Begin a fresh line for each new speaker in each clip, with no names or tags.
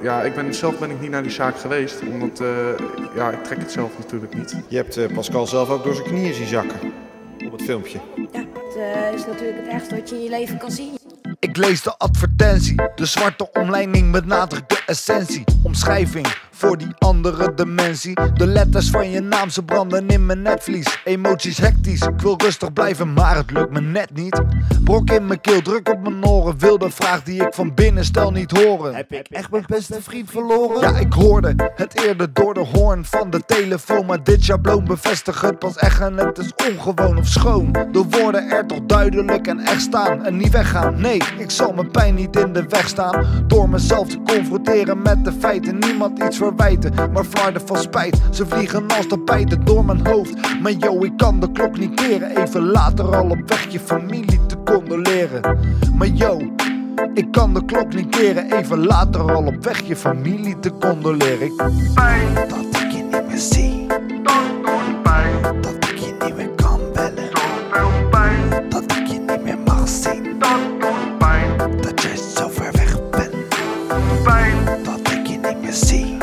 ja, ik ben, zelf ben ik niet naar die zaak geweest, omdat eh, ja, ik trek het zelf natuurlijk niet.
Je hebt eh, Pascal zelf ook door zijn knieën zien zakken. Op het filmpje.
Ja, het eh, is natuurlijk het ergste wat je in je leven kan zien.
Ik lees de advertentie, de zwarte omlijning met nadruk de essentie. Omschrijving voor die andere dimensie. De letters van je naam, ze branden in mijn netvlies. Emoties hectisch, ik wil rustig blijven, maar het lukt me net niet. Brok in mijn keel, druk op mijn oren. Wilde vraag die ik van binnen stel niet horen.
Heb ik echt mijn beste vriend verloren?
Ja, ik hoorde het eerder door de hoorn van de telefoon. Maar dit schabloon bevestigt het pas echt en het is ongewoon of schoon. De woorden er toch duidelijk en echt staan en niet weggaan. Nee, ik zal mijn pijn niet in de weg staan. Door mezelf te confronteren met de feiten. Niemand iets verwijten, maar flarden van spijt. Ze vliegen als tapijten door mijn hoofd. Maar yo, ik kan de klok niet keren. Even later al op weg je familie te condoleren. Maar yo... Ik kan de klok niet keren, even later al op weg je familie te condoleren. Ik pijn dat ik je niet meer zie. Dat ik je niet meer kan bellen. Dat ik je niet meer mag zien. Dat jij zo ver weg bent. Dat ik je niet meer zie.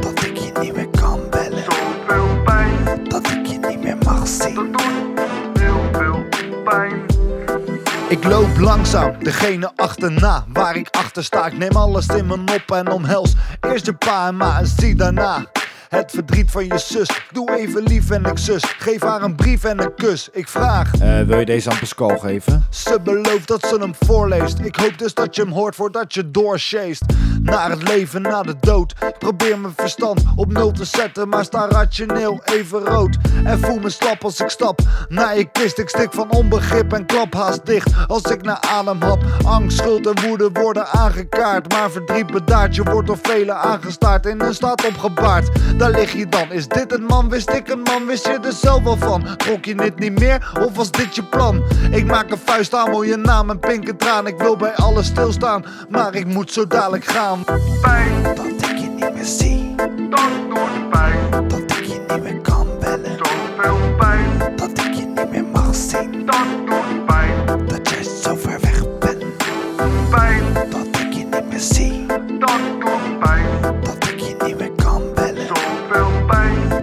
Dat ik je niet meer kan bellen. Dat ik je niet meer mag zien. Ik loop langzaam, degene achterna waar ik achter sta. Ik neem alles in mijn op en omhels. Eerst je pa en ma en zie daarna. Het verdriet van je zus. Ik doe even lief en ik zus. Geef haar een brief en een kus. Ik vraag.
Eh, wil je deze aan Pascal geven?
Ze belooft dat ze hem voorleest. Ik hoop dus dat je hem hoort voordat je doorsjeest. Naar het leven, na de dood. Ik probeer mijn verstand op nul te zetten, maar sta rationeel even rood. En voel me slap als ik stap naar je kist. Ik stik van onbegrip en klap haast dicht als ik naar adem hap. Angst, schuld en woede worden aangekaart. Maar verdriet bedaart, je wordt door velen aangestaard. In een staat opgebaard, daar lig je dan. Is dit een man? Wist ik een man? Wist je er zelf wel van? Trok je dit niet meer? Of was dit je plan? Ik maak een vuist aan, mooie je naam en pinken traan. Ik wil bij alles stilstaan, maar ik moet zo dadelijk gaan. Dat ik je niet meer zie, dat ik je niet meer kan bellen. Dat ik je niet meer mag zien, dat jij zo ver weg bent. Dat ik je niet meer zie, dat ik je niet meer kan bellen.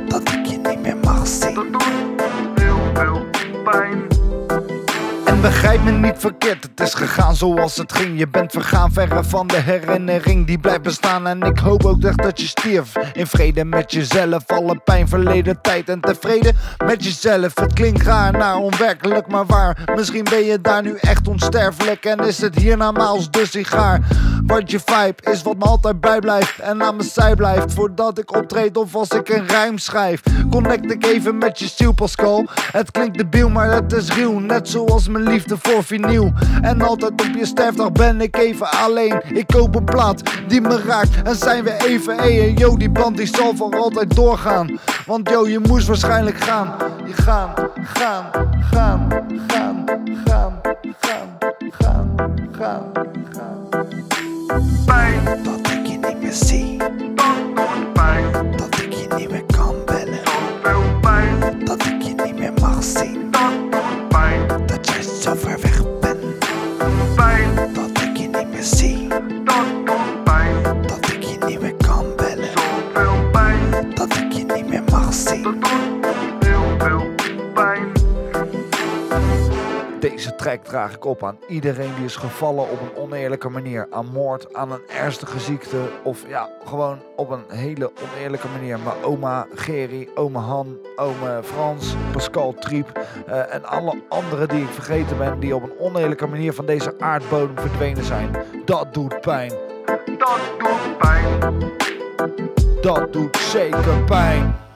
Dat ik je niet meer mag zien. En begrijp me niet verkeerd, het is gegaan zoals het ging. Je bent vergaan verre van de herinnering die blijft bestaan. En ik hoop ook echt dat je stierf in vrede met jezelf. Alle pijn, verleden tijd en tevreden met jezelf. Het klinkt raar naar onwerkelijk, maar waar. Misschien ben je daar nu echt onsterfelijk. En is het hierna als de sigaar. Want je vibe is wat me altijd bij blijft en aan mijn zij blijft. Voordat ik optreed of als ik een ruim schrijf. Connect ik even met je ziel, Pascal. Het klinkt debiel, maar het is ruw. Net zoals mijn liefde voor vinyl. En altijd op je sterfdag ben ik even alleen. Ik koop een plaat die me raakt. En zijn we even, hé en yo, die band die zal voor altijd doorgaan. Want yo, je moest waarschijnlijk gaan. Je gaan, gaan, gaan, gaan, gaan, gaan, gaan, gaan, gaan. Dat ik je niet meer zie. Dat ik je niet meer kan bellen. Dat ik je niet meer mag zien. Dat jij zo ver weg bent. Dat ik je niet meer zie. Dat ik je niet meer kan bellen. Dat ik je niet meer mag zien. Deze track draag ik op aan iedereen die is gevallen op een oneerlijke manier. Aan moord, aan een ernstige ziekte of ja, gewoon op een hele oneerlijke manier. Maar oma Gerry, oma Han, oma Frans, Pascal Triep eh, en alle anderen die ik vergeten ben... die op een oneerlijke manier van deze aardbodem verdwenen zijn. Dat doet pijn. Dat doet pijn. Dat doet zeker pijn.